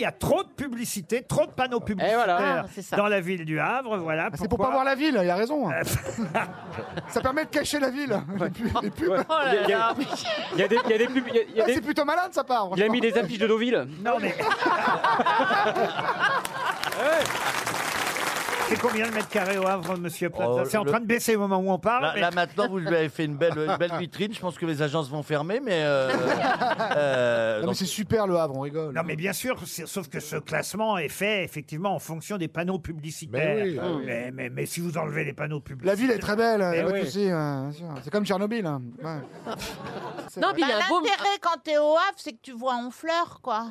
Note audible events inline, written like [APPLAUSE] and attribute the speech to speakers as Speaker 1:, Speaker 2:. Speaker 1: Il y a trop de publicité, trop de panneaux publicitaires
Speaker 2: voilà. Ah, c'est ça.
Speaker 1: dans la ville du Havre. Voilà.
Speaker 3: Ah, C'est pour pas
Speaker 1: [LAUGHS]
Speaker 3: voir la ville, il a raison. hein. ça permet de cacher la ville.
Speaker 4: [LAUGHS]
Speaker 3: Bah, Les pubs- les pubs.
Speaker 2: Oh là
Speaker 4: Il y a-
Speaker 2: là.
Speaker 4: Il y a des, il y a des pubs- il y a- il y a
Speaker 3: Ah,
Speaker 4: des-
Speaker 3: C'est plutôt malade, ça part.
Speaker 4: il a mis des affiches de Deauville.
Speaker 1: Non
Speaker 3: [LAUGHS]
Speaker 1: mais. C'est combien le mètre carré au Havre, monsieur Plaza
Speaker 5: Oh,
Speaker 1: C'est en
Speaker 5: le-
Speaker 1: train de baisser au moment où on parle.
Speaker 5: Là,
Speaker 1: mais-
Speaker 5: là, maintenant, vous lui avez fait une belle, une belle vitrine. Je pense que les agences vont fermer, mais.
Speaker 3: [LAUGHS]
Speaker 5: euh, euh,
Speaker 3: Non, Ah, mais
Speaker 5: donc-
Speaker 3: c'est super le Havre, on rigole.
Speaker 1: Non mais bien sûr, c'est- sauf que ce classement est fait effectivement en fonction des panneaux publicitaires.
Speaker 3: Mais oui,
Speaker 1: mais, mais- mais si vous enlevez les panneaux publicitaires...
Speaker 3: La ville est très belle, il a
Speaker 4: Eh
Speaker 3: pas de
Speaker 4: oui.
Speaker 3: souci, hein, bien sûr. C'est comme Tchernobyl. hein. Ouais.
Speaker 2: Non, puis il y
Speaker 6: Bah,
Speaker 2: a un beau.
Speaker 6: L'intérêt quand t'es au Havre, c'est que tu vois en fleurs, quoi.